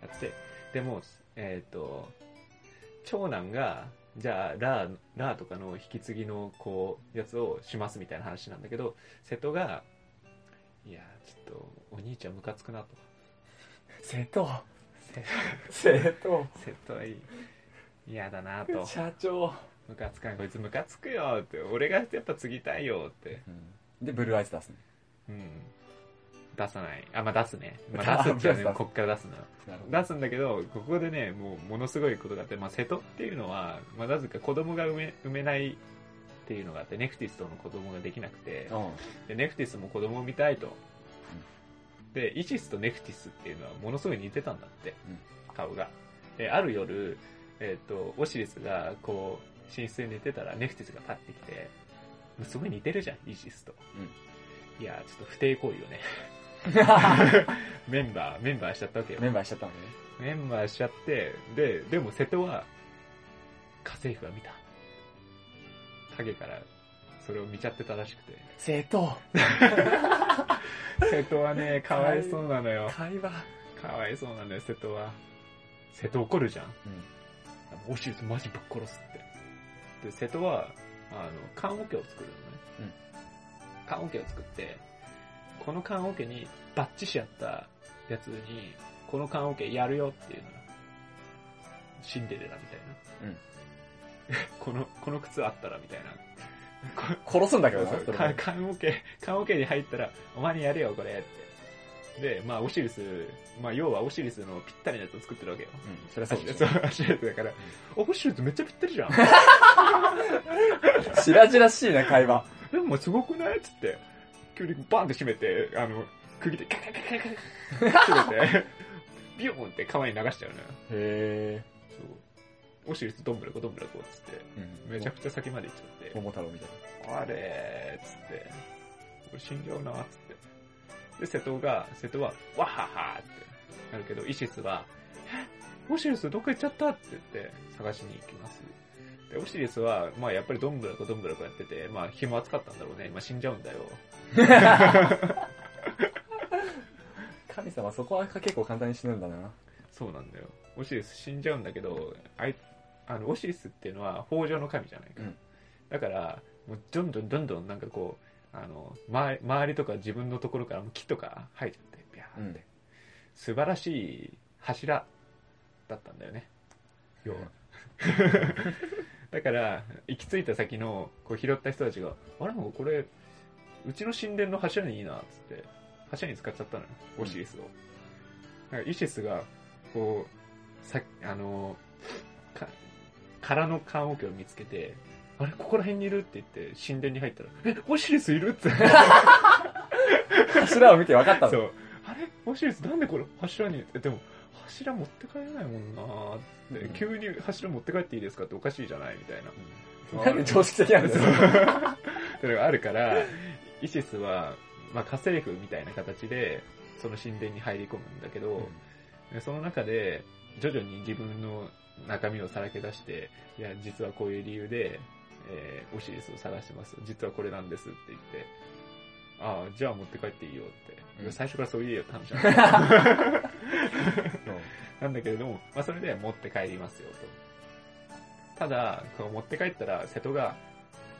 う、やって。でも、えっ、と、長男が、じゃあ、ラー、ラーとかの引き継ぎの、こう、やつをしますみたいな話なんだけど、瀬戸が、いや、ちょっと、お兄ちゃんムカつくなと。 *laughs* 瀬戸。せ瀬戸。瀬戸はいい嫌だなと。社長。ムカつかん、こいつムカつくよって。俺がやっぱ継ぎたいよって。で、ブルーアイス出すね。うん。出さない。あ、まあ出すね。まあ出すっていうのは *laughs* 出ね、すこっから出すのよ。なるほど。出すんだけど、ここでね、もうものすごいことがあって、まあ、瀬戸っていうのは、まあ、なぜか子供が産め産めないっていうのがあって、ネクティスとの子供ができなくて、うん。でネクティスも子供を見たいと。で、イシスとネクティスっていうのはものすごい似てたんだって、顔が。で、ある夜、えっ、と、オシリスがこう、寝室で寝てたら、ネクティスがパッてきて、すごい似てるじゃん、イシスと。いやー、ちょっと不定行為よね。 *laughs* メンバー、メンバーしちゃったわけよ。 *laughs* メンバーしちゃったんだね。メンバーしちゃって、で、でも瀬戸は、家政婦が見た。影から、それを見ちゃってたらしくて。生徒瀬戸はね、かわいそうなのよ。会話。かわいそうなのよ、瀬戸は。瀬戸怒るじゃん。うん。オシウスマジぶっ殺すって。で、瀬戸は、あの、缶オケを作るのね。缶オケを作って、この缶オケにバッチしやったやつに、この缶オケやるよっていうのよ。シンデレラみたいな。うん *laughs* この、この靴あったらみたいな。こ殺すんだけそどうな、そうそれかは棺桶、棺桶に入ったら、お前にやれよ、これって。で、まあ、オシリス、まあ、要はオシリスのぴったりなやつを作ってるわけよ。うん、それはそうでし *laughs* そう、オシリスだから、おオシリスめっちゃぴったりじゃん。ょ。しらじらしいな、会話。でも、すごくないっつって、急にバンって閉めて、あの、釘でカカカカカカカ閉めて、ビヨーンって川に流しちゃうのよ。へそう。オシリスどんぶらこどんぶらこっつって、え。うんめちゃくちゃ先まで行っちゃって。桃太郎みたいあれーっつって、俺死んじゃうなーっつって。で、瀬戸が、瀬戸は、わははーってなるけど、イシスは、えオシリスどっか行っちゃったって言って、探しに行きます。で、オシリスは、まあやっぱりどんぶらこどんぶらこやってて、まあ紐扱ったんだろうね。今死んじゃうんだよ。な。神様、そこは結構簡単に死ぬんだな。そうなんだよ。オシリス死んじゃうんだけど、あい、あの、オシリスっていうのは豊穣の神じゃないか。うんだから、もうどんどんどんどんなんかこう、あの、ま、周りとか自分のところからもう木とか生えちゃって、ビャーって。うん素晴らしい柱だったんだよね。要は。だから、行き着いた先の、こう拾った人たちが、あれもうこれ、うちの神殿の柱にいいな、っつって、柱に使っちゃったのよ、うんオシリスを。だからイシスが、こう、さあの、か、空の棺桶を見つけて、あれ、ここら辺にいるって言って、神殿に入ったら、え、オシリスいる *laughs* って。柱を見て分かったその。う。あれオシリスなんでこれ柱に、えでも、柱持って帰れないもんなーって、うん急に柱持って帰っていいですかっておかしいじゃないみたいな。なんで常識的なんだそうよ。それがあるから、イシスは、まあ、家政婦みたいな形で、その神殿に入り込むんだけど、でその中で、徐々に自分の中身をさらけ出して、いや、実はこういう理由で、えーオシリスを探してます。実はこれなんですって言って、ああ、じゃあ持って帰っていいよって。うん最初からそう言えよって話なんだ *laughs* けそうどなんだけれども、まあ、それで持って帰りますよと。ただ、こう持って帰ったら、瀬戸が、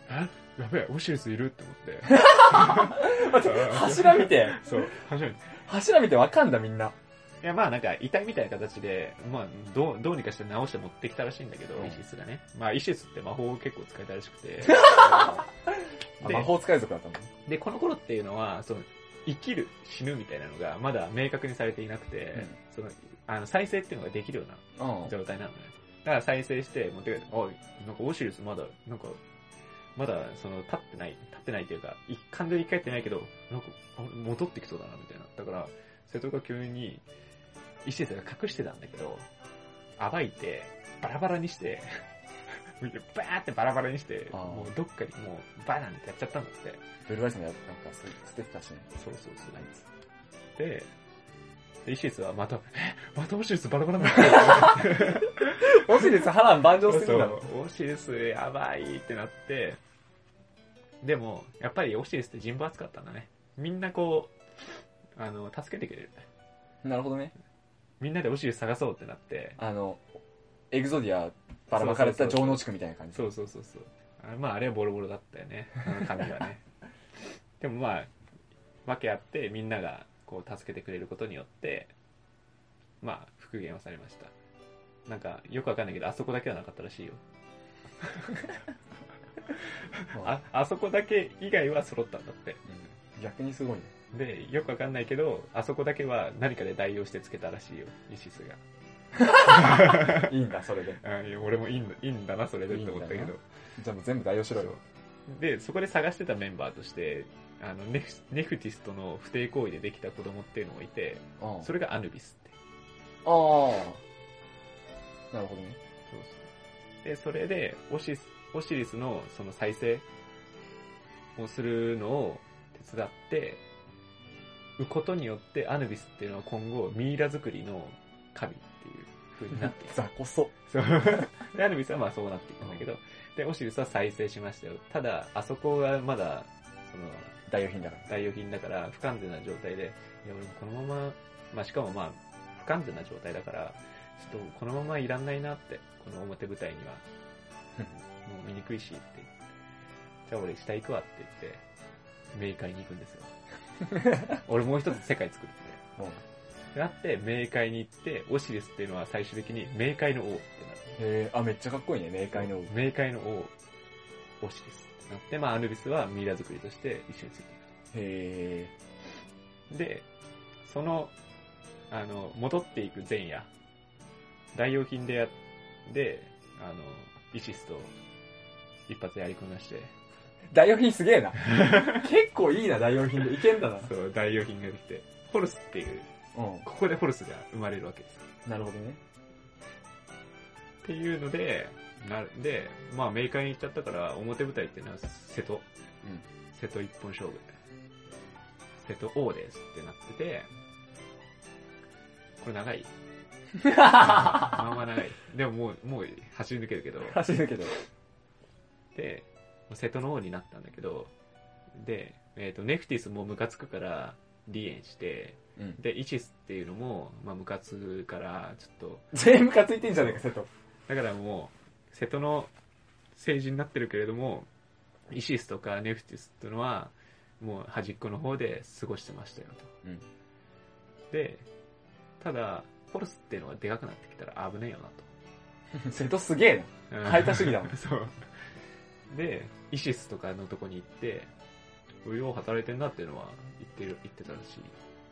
えやべえ、オシリスいるって *laughs* 思って。柱見て、そう、柱に柱見て分かんだ、みんな。いや、まあなんか、遺体みたいな形で、まあ、どう、どうにかして直して持ってきたらしいんだけど、うんイシスがね。まあ、イシスって魔法を結構使えたらし *laughs* くて。あで魔法使い族だったの。で、この頃っていうのは、その、生きる、死ぬみたいなのが、まだ明確にされていなくて、その、あの、再生っていうのができるようなうん。状態なのね。だから再生して持って帰って、おい、なんかオシリスまだ、なんか、まだ、その、立ってない、立ってないというか、い完全に生き返ってないけど、なんか、あれ戻ってきそうだな、みたいな。だから、瀬戸が急に、イシリスが隠してたんだけど、暴いて、バラバラにして、 *laughs* バーってバラバラにして、あーもうどっかにもう、バーなんてやっちゃったんだって。ブルーアイスのやつなんか捨ててた *laughs* しね。そうそうそう。で、でイシリスはまた、え、またオシリスバラバラになってるオシリス波乱万丈そうすぎそるだうろ。オシリスやばいってなって、でも、やっぱりオシリスって人望厚かったんだね。みんなこう、あの、助けてくれる。なるほどね。みんなでオシリス探そうってなって、あの、エグゾディアばらまかれた城之地区みたいな感じ。そうそうそうそう。あれまあ、あれはボロボロだったよね。あの髪がね。でもまあ、わけあって、みんながこう助けてくれることによって、まあ、復元はされました。なんか、よくわかんないけど、あそこだけはなかったらしいよ。まああ、あそこだけ以外は揃ったんだって。うん逆にすごいね。で、よくわかんないけど、あそこだけは何かで代用してつけたらしいよ、イシスが。いいんだ、それで。あいや俺もいいんだいいんだな、それでって思ったけいいんどだ。じゃあもう全部代用しろよ。で、そこで探してたメンバーとして、あのネフネフティスとの不貞行為でできた子供っていうのがいて、うんそれがアヌビスって。ああ。なるほどね。そうそう。で、それで、オシス、オシリスのその再生をするのを手伝って、うことによってアヌビスっていうのは今後ミイラ作りの神っていう風になっていく。雑魚そ。そう。 *laughs* で、アヌビスはまあそうなっていくんだけど、で、オシリスは再生しましたよ。ただ、あそこがまだ、その、代用品だから。代用品だから不完全な状態で、いや、俺もこのまま、まあしかもまあ、不完全な状態だから、ちょっとこのままいらんないなって、この表舞台には、もう見にくいしって。じゃあ俺下行くわって言って、冥界に行くんですよ。俺もう一つ世界作るって。うん。へってなって、冥界に行って、オシリスっていうのは最終的に冥界の王ってなる。え、あ、めっちゃかっこいいね、冥界の王。冥界の王、オシリスってなって、まあアヌビスはミイラ作りとして一緒についていく。へで、その、あの、戻っていく前夜、代用品でやで、あの、イシスと一発やりこなして、え。代用品すげえな。 *laughs* 結構いいな、代用品で。いけんだな。そう、代用品ができて、ホルスっていう、うここでホルスが生まれるわけです。ん。なるほどね。っていうので、なで、まあ、冥界に行っちゃったから、表舞台っていうのは瀬戸。うん瀬戸一本勝負。瀬戸王ですってなってて、これ長いまあまあ長い。でももう、もう走り抜けるけ *laughs* ど。走るけど。で、瀬戸の王になったんだけど、で、えっ、と、ネフティスもムカつくから、離縁して、うん。で、イシスっていうのも、まあ、ムカつくから、ちょっと、全部かついてんじゃねえか、瀬戸。だからもう、瀬戸の政治になってるけれども、イシスとかネフティスっていうのは、もう端っこの方で過ごしてましたよと。うんで、ただ、ホルスっていうのがでかくなってきたら危ねえよな *laughs* 瀬戸すげえと。排他主義だもん *laughs* そう。で、イシスとかのとこに行って、おいよう働いてんなっていうのは言ってる、言ってたらしい。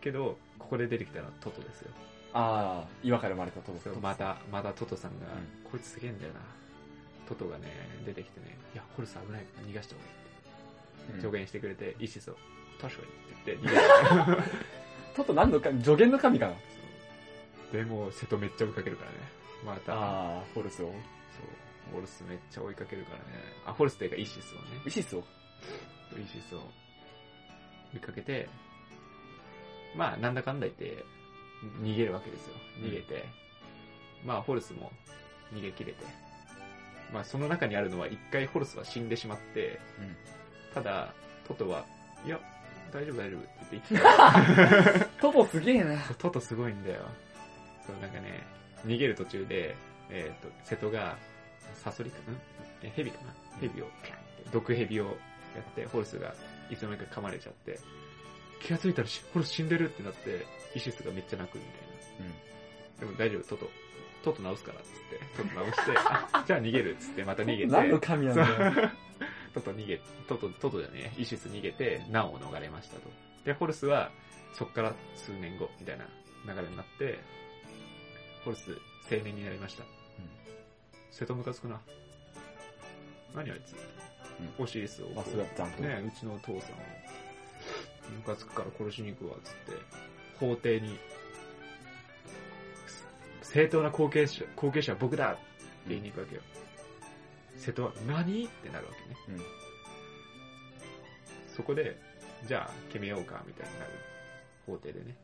けど、ここで出てきたのはトトですよ。な。ああ、岩から生まれたトそト。うまた、またトトさんが、うこいつすげえんだよな。トトがね、出てきてね、いや、ホルス危ないから逃がした方がいいっうて、ん助言してくれて、意思を、確かにって言って、逃がした。トト何の神助言の神かなそうでも、瀬戸めっちゃ追いかけるからね。また、ああ、ホルスを。そう、ホルスめっちゃ追いかけるからね。あ、ホルスっていうか、イシスをね。ウシスを。イシスを追いかけて、まあ、なんだかんだ言って、逃げるわけですよ。逃げて。まあ、ホルスも逃げ切れて。まあ、その中にあるのは、一回ホルスは死んでしまって、うん。ただ、トトは、いや、大丈夫大丈夫って言って生きトトすげえな。て、トトすごいんだよ。そう、なんかね、逃げる途中で、えっ、と、瀬戸が、サソリかなえ、ヘビかなヘビを、ピャンって、毒ヘビをやって、ホルスがいつの間にか噛まれちゃって、気がついたらしホルス死んでるってなって、イシスがめっちゃ泣くみたいな。でも大丈夫、トト。トト直すから、つって。トト直して、あじゃあ逃げる、つって、また逃げて。何の神 *laughs* なんだよ。トト逃げ、トト、トトじゃねえ、イシス逃げて、難を逃れましたと。で、ホルスは、そっから数年後、みたいな流れになって、ホルス、青年になりました。瀬戸ムカつくな。何あいつ。オシリスをこう。まっすぐちゃんと。ね、うちのお父さんを、ムカつくから殺しに行くわ、つって、法廷に、正当な後継者、後継者は僕だって言いに行くわけよ。瀬戸は、何ってなるわけね。うんそこで、じゃあ決めようか、みたいになる。法廷でね。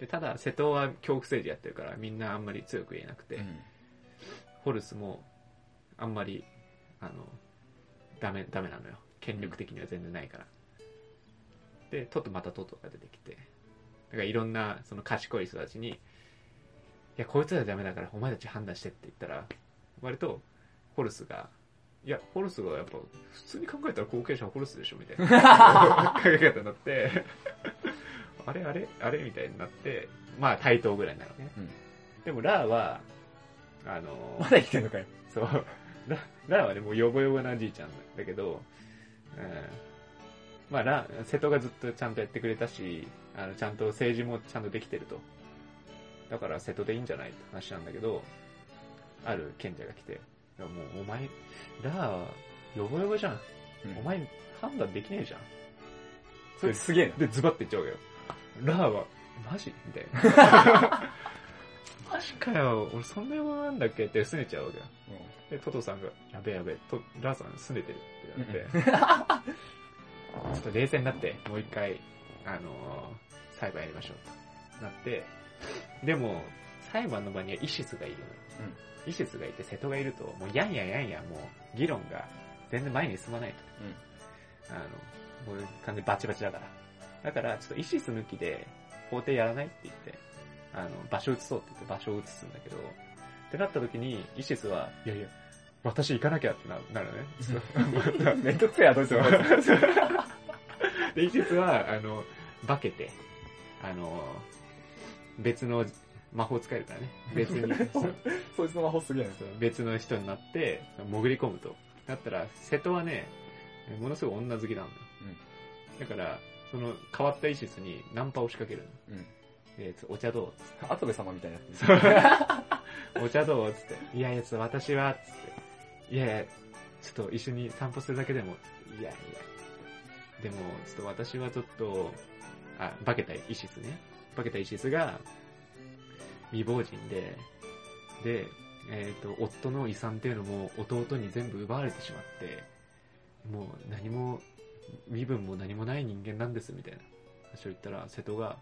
で、ただ、瀬戸は恐怖政治やってるから、みんなあんまり強く言えなくて、うんホルスも、あんまり、あの、ダメ、ダメなのよ。権力的には全然ないから。で、トトまたトトが出てきて。だからいろんな、その賢い人たちに、いや、こいつらダメだから、お前たち判断してって言ったら、割と、ホルスが、いや、ホルスがやっぱ、普通に考えたら後継者はホルスでしょ、みたいな *laughs* 考え方になって、あれあれあれみたいになって、まあ対等ぐらいになるわけね。うんでも、ラーは、あのまだ生きてんのかよ。 *laughs* そう。ララーはね、もうヨボヨボなじいちゃんだけど、うん。まあ、ら瀬戸がずっとちゃんとやってくれたし、あの、ちゃんと政治もちゃんとできてると。だから瀬戸でいいんじゃないって話なんだけど、ある賢者が来て、いやもうお前、ら、よぼよぼじゃん。うんお前、判断できねえじゃん。それすげえな。で、ズバッて言っちゃうわけよ。ラーは、マジみたいな。 *laughs* マジかよ、俺そんな弱なんだっけって拗ねちゃうわけよ。で、トトさんが、やべえやべえ、とラーさん拗ねてるってなって、 *laughs* ちょっと冷静になって、もう一回、あのー裁判やりましょうとなって、でも、裁判の場にはイシスがいるのよ。イシスがいて瀬戸がいると、もうやんやんやんやん、もう議論が全然前に進まないと。あの、もう完全にバチバチだから。だから、ちょっとイシス抜きで、法廷やらないって言って、あの、場所移そうって言って場所を移すんだけど、ってなった時に、イシスは、いやいや、私行かなきゃってななる *laughs* のうん。ね。めんどくせえや、どいつも。そうで、イシスは、あの、化けて、あの、別の魔法使えるからね。別に、そうそいつの魔法すげえな。別の人になって、潜り込むと。だったら、瀬戸はね、ものすごい女好きなのよ。だから、その変わったイシスにナンパを仕掛けるの。うん。で、つお茶どアトベ様みたいなや *laughs* つ。うお茶どうつって。いやいや、ちょっと私は、つって。いやいや、ちょっと一緒に散歩するだけでも、いやいや。でも、ちょっと私はちょっと、あ、化けたイシスね。化けたイシスが、未亡人で、で、えっ、と、夫の遺産っていうのも弟に全部奪われてしまって、もう何も、身分も何もない人間なんです、みたいな話を言ったら、瀬戸が、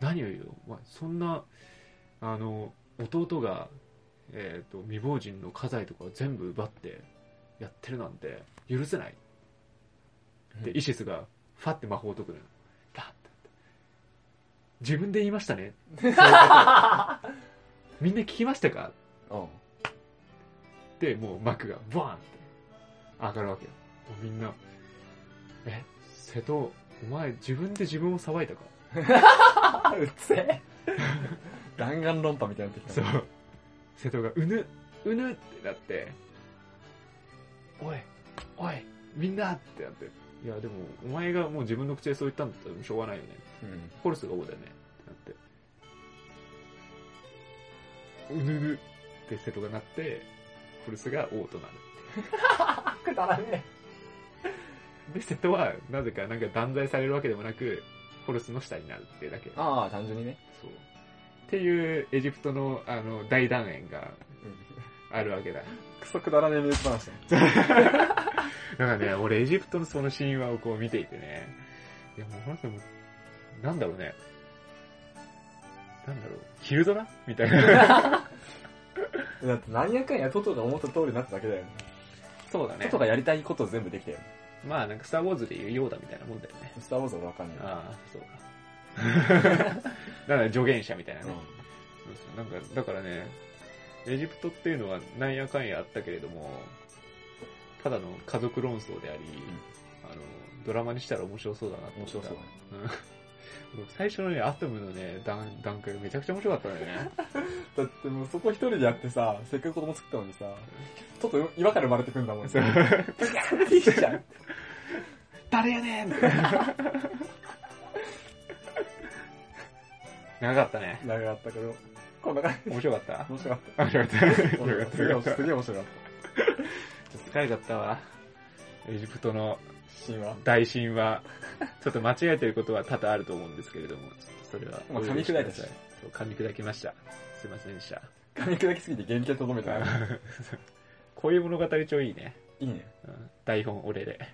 何を言うよ、お前、そんな、あの、弟が、えっ、と、未亡人の家財とかを全部奪って、やってるなんて、許せない。で、イシスが、ファって魔法を解くのよ。だって。自分で言いましたね。そういうことをみんな聞きましたかうん。で、もう幕がボーンって上がるわけよ。もうみんな、え、瀬戸、お前自分で自分を裁いたかあ、うっせえ。弾丸論破みたいになってきそた。う。瀬戸が、うぬ、うぬってなって、おい、おい、みんなってなって。いや、でも、お前がもう自分の口でそう言ったんだったらしょうがないよね。うん。ホルスが王だよね。ってなって。うぬぬって瀬戸がなって、ホルスが王となる。くだらねで、瀬戸は、なぜか、なんか断罪されるわけでもなく、ホルスの下になるっていうだけ。ああ、単純にね。そう。っていう、エジプトの、あの、大断円があるわけだ。クソくだらねえニュース話だ。なんかね、俺エジプトのその神話をこう見ていてね、いやもうこの人も、なんだろうね、なんだろう、昼ドラみたいな。だって何やかんやトトが思った通りになっただけだよね。そうだトトがやりたいことを全部できたよね。まあなんかスターウォーズで言うようだみたいなもんだよね。スターウォーズはわかんない。ああ、そうか。 *laughs* だから助言者みたいなね。うそうそうなんか、だからね、エジプトっていうのはなんやかんやあったけれども、ただの家族論争であり、あの、ドラマにしたら面白そうだなとん。思っ面た白そうだね。僕最初のね、アトムのね、段段階めちゃくちゃ面白かったんだよ *laughs* ね。だってもうそこ一人でやってさ、せっかく子供作ったのにさ、ちょっと今から生まれてくんだも *laughs* ん。いいじゃん。誰や *laughs* ねん長かったね。長かったけど、こんな感じ。面白かった面白かっ面白かった。た。よかったよかったすげえ面白かっ疲れちゃったわ。エジプトのた。神話。大神は、ちょっと間違えてることは多々あると思うんですけれども、それは。まあ噛み砕いたしそう。噛み砕きました。すいませんでした。噛み砕きすぎて原型とどめた。こういう物語超いいね。いいね。うん台本俺で。 *laughs*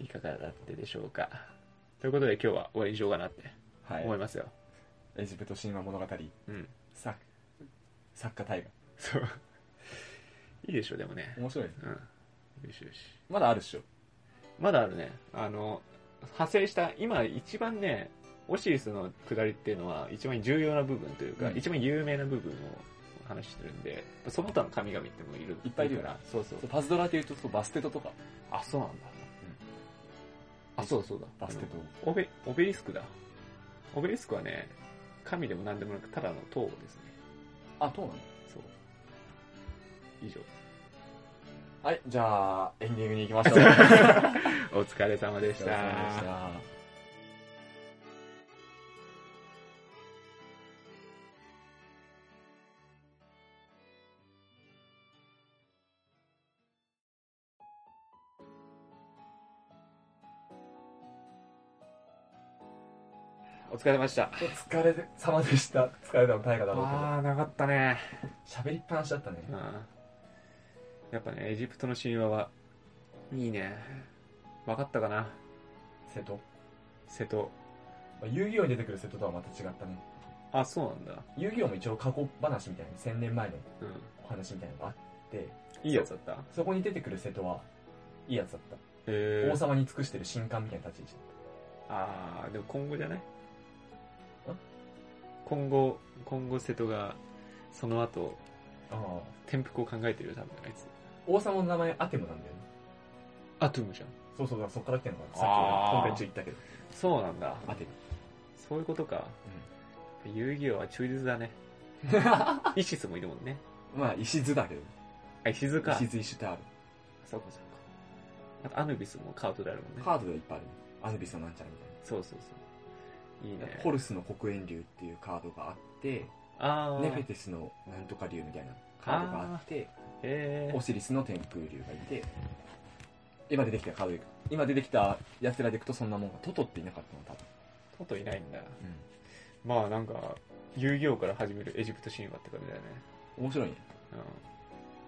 いかがだったでしょうか。ということで今日は終わりにしようかなってはい思い。ますよ。エジプト神話物語、うん。作、作家大河。そう。いいでしょう、でもね。面白いですね。うん。よしよし。まだあるっしょ。まだあるね。あの、派生した、今一番ね、オシリスの下りっていうのは一番重要な部分というか、うん一番有名な部分をお話ししてるんで、その他の神々ってもいる。いっぱいいるよから。そうそう。パズドラで言うと、バステトとか。あ、そうなんだ。あ、そうだそうだ。バステト。オベ、オベリスクだ。オベリスクはね、神でも何でもなく、ただの塔ですね。あ、そうなのそう。以上。はい、じゃあ、エンディングに行きま *laughs* しょう。お疲れお疲れ様でし。様でしたた。お疲れ様でした。お疲れ様でした。疲れたの大河だろうあー、なかったね。けど。喋りっぱなしだったね。うん。やっぱね、エジプトの神話は、いいね。わかったかな瀬戸。ま瀬戸。あ遊戯王に出てくる瀬戸とはまた違ったね。あ、そうなんだ。遊戯王も一応過去話みたいな、1000年前のうん。お話みたいなのがあって、いいやつだったへそこに出てくる瀬戸は、いいやつだった。え王様に尽くしてる神官みたいな立ち位置だっあー、でも今後じゃない今後、今後瀬戸が、その後、た。ああ。転覆を考えてるよ、多分あいつ。王様の名前アテムなんだよね。アトゥムじゃん。そうそう、だからそっから来てんのかな。さっあきー本編中言ったけど。そうなんだ。アテム。そういうことか。遊戯王は忠実 *laughs* だね。イシスもいるもんね。うん。まあ、石図だけど。あ、石塚。石図石ってある。そうかそうか。あとアヌビスもカートであるもんね。カードでいっぱいあるね。アヌビスのなんちゃらみたいな。そうそうそう。いいね。ホルスの黒煙竜っていうカードがあって、あー。ネフェテスのなんとか竜みたいなカードがあって、えオシリスの天空竜がいて、今出てきたカードでいく、今出てきた奴らでいくとそんなもんが、トトっていなかったの多分。ー。トトいないんだ。まあなんか、遊戯王から始めるエジプト神話って感じだよね。面白いね。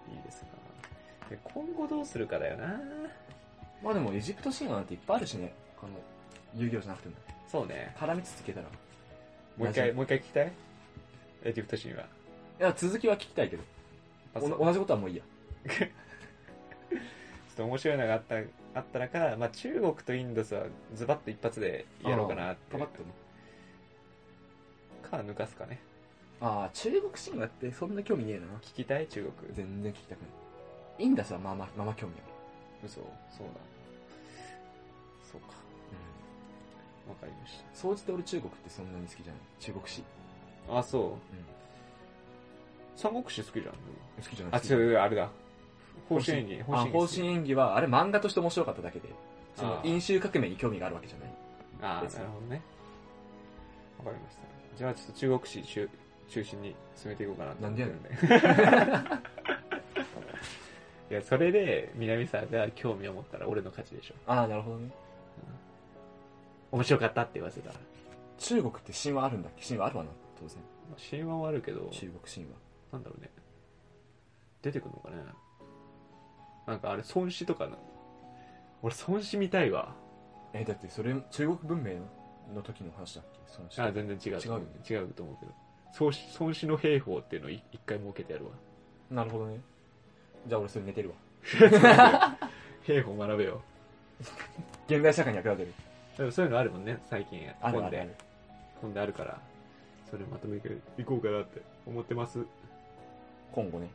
うん。いいですなで今後どうするかだよなまあでもエジプト神話なんていっぱいあるしね。この、遊戯王じゃなくても。そうね。絡み続けたら。いもう一回、大丈夫もう一回聞きたいエジプト神話。や、続きは聞きたいけど。あおそうな同じことはもういいや。ちょっと面白いのがあった、あったらから、まあ中国とインドスはズバッと一発でやろうかなってパ。パッとね。か、抜かすかね。ああ、中国神話ってそんな興味ねえな。聞きたい中国。全然聞きたくない。インダスはまあまあ、まあまあ興味ある。嘘そうだ。そうか。わかりまし総じて俺中国ってそんなに好きじゃない中国史、た。あ、そう。三国志好きじゃん。好きじゃないあ、違う違う、あれだ。方針演技。あ方針演技はあれ漫画として面白かっただけでそのあー飲酒革命に興味があるわけじゃないあでーすなるほどね。わかりました。じゃあちょっと中国史中中心に進めていこうかなと思ってるんで。 *laughs* いや、それで、南沢が興味を持ったら俺の勝ちでしょ。ああなるほどね面白かったって言わせたら。中国って神話あるんだっけ神話あるわな当然神話はあるけど、中国神話なんだろうね。出てくるのかね。なんかあれ、孫子とかな。俺、孫子見たいわ。えだってそれ中国文明の時の話だっけそのあ、全然違う。違うよね違うと思うけど。孫子孫子の兵法っていうのをい一回設けてやるわ。なるほどねじゃあ俺それ寝てるわ兵法学べよ。現代社会に役立てるでもそういうのあるもんね、最近。ある本あるあでる。本であるから。それまとめていこうかなって思ってます。うん。今後ね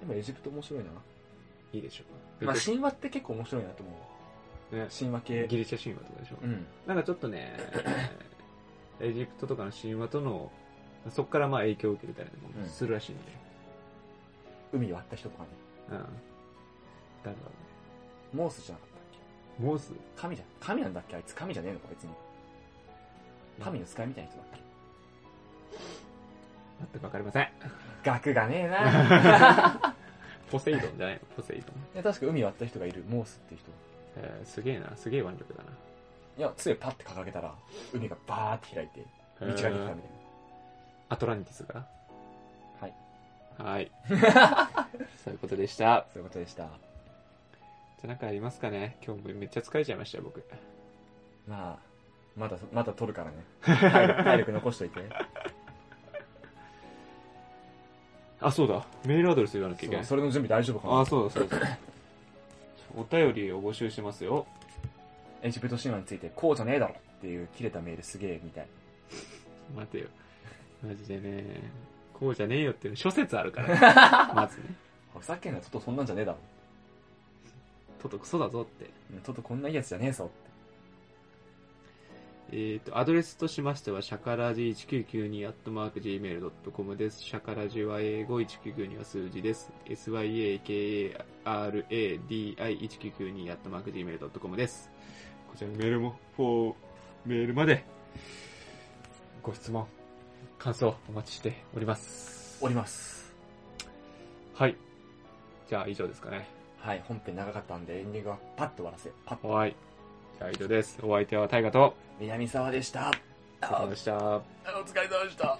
でもエジプト面白いな、いいでしょう。まあ、神話って結構面白いなと思うね神話系ギリシャ神話とかでしょ。うんなんかちょっと *laughs* ね、エジプトとかの神話との、そこからまあ影響を受けてたりもするらしいんで。海割った人とかねうん。だからね、モースじゃなかったっけモース、神じゃ、神なんだっけあいつ神じゃねえのか別に。神の使いみたいな人だっ全くわかりません。け学がねえ *laughs* なポセイドンじゃないのポセイドン。いや確か海割った人がいる、モースっていう人。えーすげえな、すげえ腕力だな。いや、杖パッて掲げたら、海がバーって開いて、道ができたみたいな。アトランティスがはい。 *laughs* はい。そういうことでした。そういうことでした。じゃあなんかありますかね今日もめっちゃ疲れちゃいましたよ、僕。まあ、まだ、まだ取るからね。*laughs* 体力体力残しといて。あ、そうだ。メールアドレス言わなきゃいけそなうい。それの準備大丈夫かあ、なそうだ、そうだ。お便りを募集してますよ。エジプト神話について、こうじゃねえだろっていう切れたメールすげえみたい。待てよ。マジでね、こうじゃねえよっていう諸説ある *laughs* からね。まずね。ふざけんな、ちょっとそんなんじゃねえだろ。トトクソだぞって。うんちょっとこんないいやつじゃねえぞって。えっ、と、アドレスとしましては、シャカラジ1992 gmail.com です。シャカラジは英語、1992は数字です。syakaradi1992 gmail.com です。こちらのメールも、フォー、メールまで、ご質問、感想お待ちしております。おります。はい。じゃあ以上ですかね。はい、本編長かったんで、エンディングはパッと終わらせ。パッ。はい。じゃあ以上です。お相手は大河と、南沢でした。お疲れ様でした。あお疲れ様でした。